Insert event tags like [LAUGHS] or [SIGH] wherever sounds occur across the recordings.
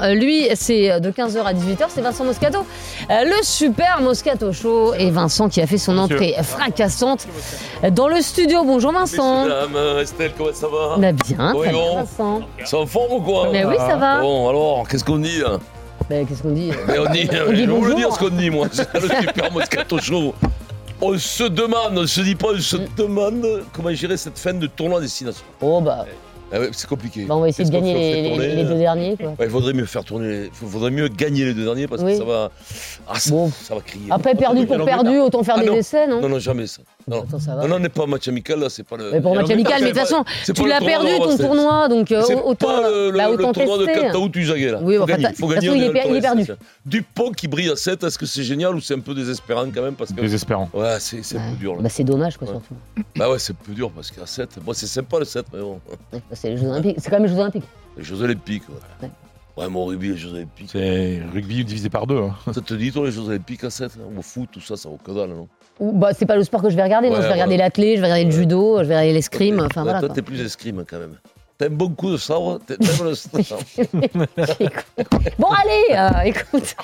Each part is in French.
Euh, lui, c'est de 15h à 18h, c'est Vincent Moscato. Euh, le super Moscato Show. Et Vincent qui a fait son entrée fracassante dans le studio. Bonjour Vincent. Messieurs, dames, euh, Estelle, comment ça va Bah bien, Oui, très bien bon. Vincent. C'est en forme ou quoi Mais oui, ça va. Bon, alors, qu'est-ce qu'on dit hein Mais Bah, qu'est-ce qu'on dit euh Mais on dit, On dit je vais vous le bonjour. dire ce qu'on dit, moi. [LAUGHS] C'est le super Moscato Show. On se demande, on se dit pas, on se Mm. demande comment gérer cette fin de tournoi destination. Oh bah, Ah ouais, c'est compliqué. bah, on va essayer de Qu'est-ce qu'on gagner fait les, les- tourner, les deux euh derniers. Quoi. Ouais, il faudrait mieux faire tourner, il faudrait mieux gagner les deux derniers parce Oui. que ça va, ah, ça, Bon. ça va crier. Après, perdu pour perdu, autant faire Ah, des non. essais, non Non, non, jamais ça. Non, Attends, ça va. non, non, on n'est pas en match amical là, c'est pas le. Mais pour Et match en même temps, amical, mais de toute c'est façon, pas- c'est tu pas le l'as tournoi, perdu on va ton se- tournoi, donc euh, C'est autant, pas le, le- bah, le autant tournoi de tester. Cata où tu gagnes. Oui, enfin, de toute façon, il est per- il est perdu. Dupont qui brille à 7, est-ce que c'est génial ou c'est un peu désespérant quand même parce que Désespérant. Ouais, c'est c'est plus dur. Là. Bah, c'est dommage, quoi, Ouais. surtout. Bah ouais, c'est plus dur parce qu'à 7, bon, c'est sympa le 7, mais bon, Ouais, bah, C'est les Jeux Olympiques. C'est quand même les Jeux Olympiques. les Jeux Olympiques. Ouais, Ouais. ouais mon rugby, les Jeux Olympiques. C'est rugby divisé par deux. hein. Ça te dit, toi, les Jeux Olympiques à 7 Au foot, tout ça, ça vaut que dalle, non Ou- Bah, c'est pas le sport que je vais regarder, non. Ouais, Je vais regarder voilà. l'athlé, je vais regarder le Ouais. judo, je vais regarder l'escrime. Enfin, Ouais, voilà. Toi, quoi. t'es plus escrime quand même. T'aimes beaucoup de sabre t'a- T'aimes [LAUGHS] le sabre Bon, allez, euh, écoute.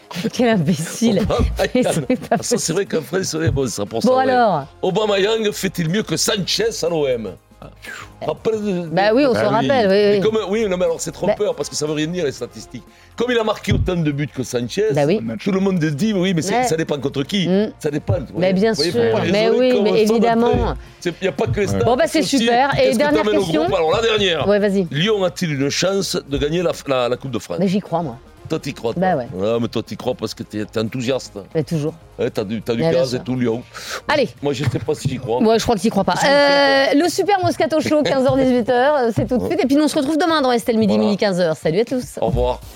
[LAUGHS] Quel [LAUGHS] imbécile. Mais Obama-Yang. c'est pas [LAUGHS] Ah, Ça, c'est vrai qu'un Français, bon, ça pour ça. Bon ouais. alors Obama Yang fait-il mieux que Sanchez à l'OM Rappelle de- Bah oui, on Bah s'en oui. rappelle, oui, Mais oui. euh, Ah. Bah comme, oui, non, mais alors c'est trompeur parce que ça veut rien dire les statistiques. Comme il a marqué autant de buts que Sanchez, Bah oui. tout le monde dit oui, mais c'est- Ouais. ça dépend contre qui. Mm. Ça dépend. vous Mais voyez. bien Vous voyez, sûr, faut pas mais raisonner oui, comme mais ça évidemment. d'entrée. C'est- Il n'y a pas que les stats. Bon, bah, c'est aussi, super. Et qu'est-ce que dernière t'emmènes au question. groupe Alors la dernière. Ouais, vas-y. Lyon a-t-il une chance de gagner la, la- la Coupe de France Mais j'y crois, moi. Toi, t'y crois. toi. Ah, Bah ouais. mais toi, t'y crois parce que t'es t'es enthousiaste. Mais toujours. Ouais, t'as du, t'as du Mais Bah, bien gaz et sûr. tout, Lyon. Allez, Moi, je sais pas si j'y crois. moi je crois que t'y crois pas. Ça me Euh, le super [LAUGHS] euh, Moscato Show, 15h-18h, c'est tout de suite. Et puis nous on se retrouve demain dans Estelle Midi, Voilà. Midi 15h. Salut à tous. Au revoir.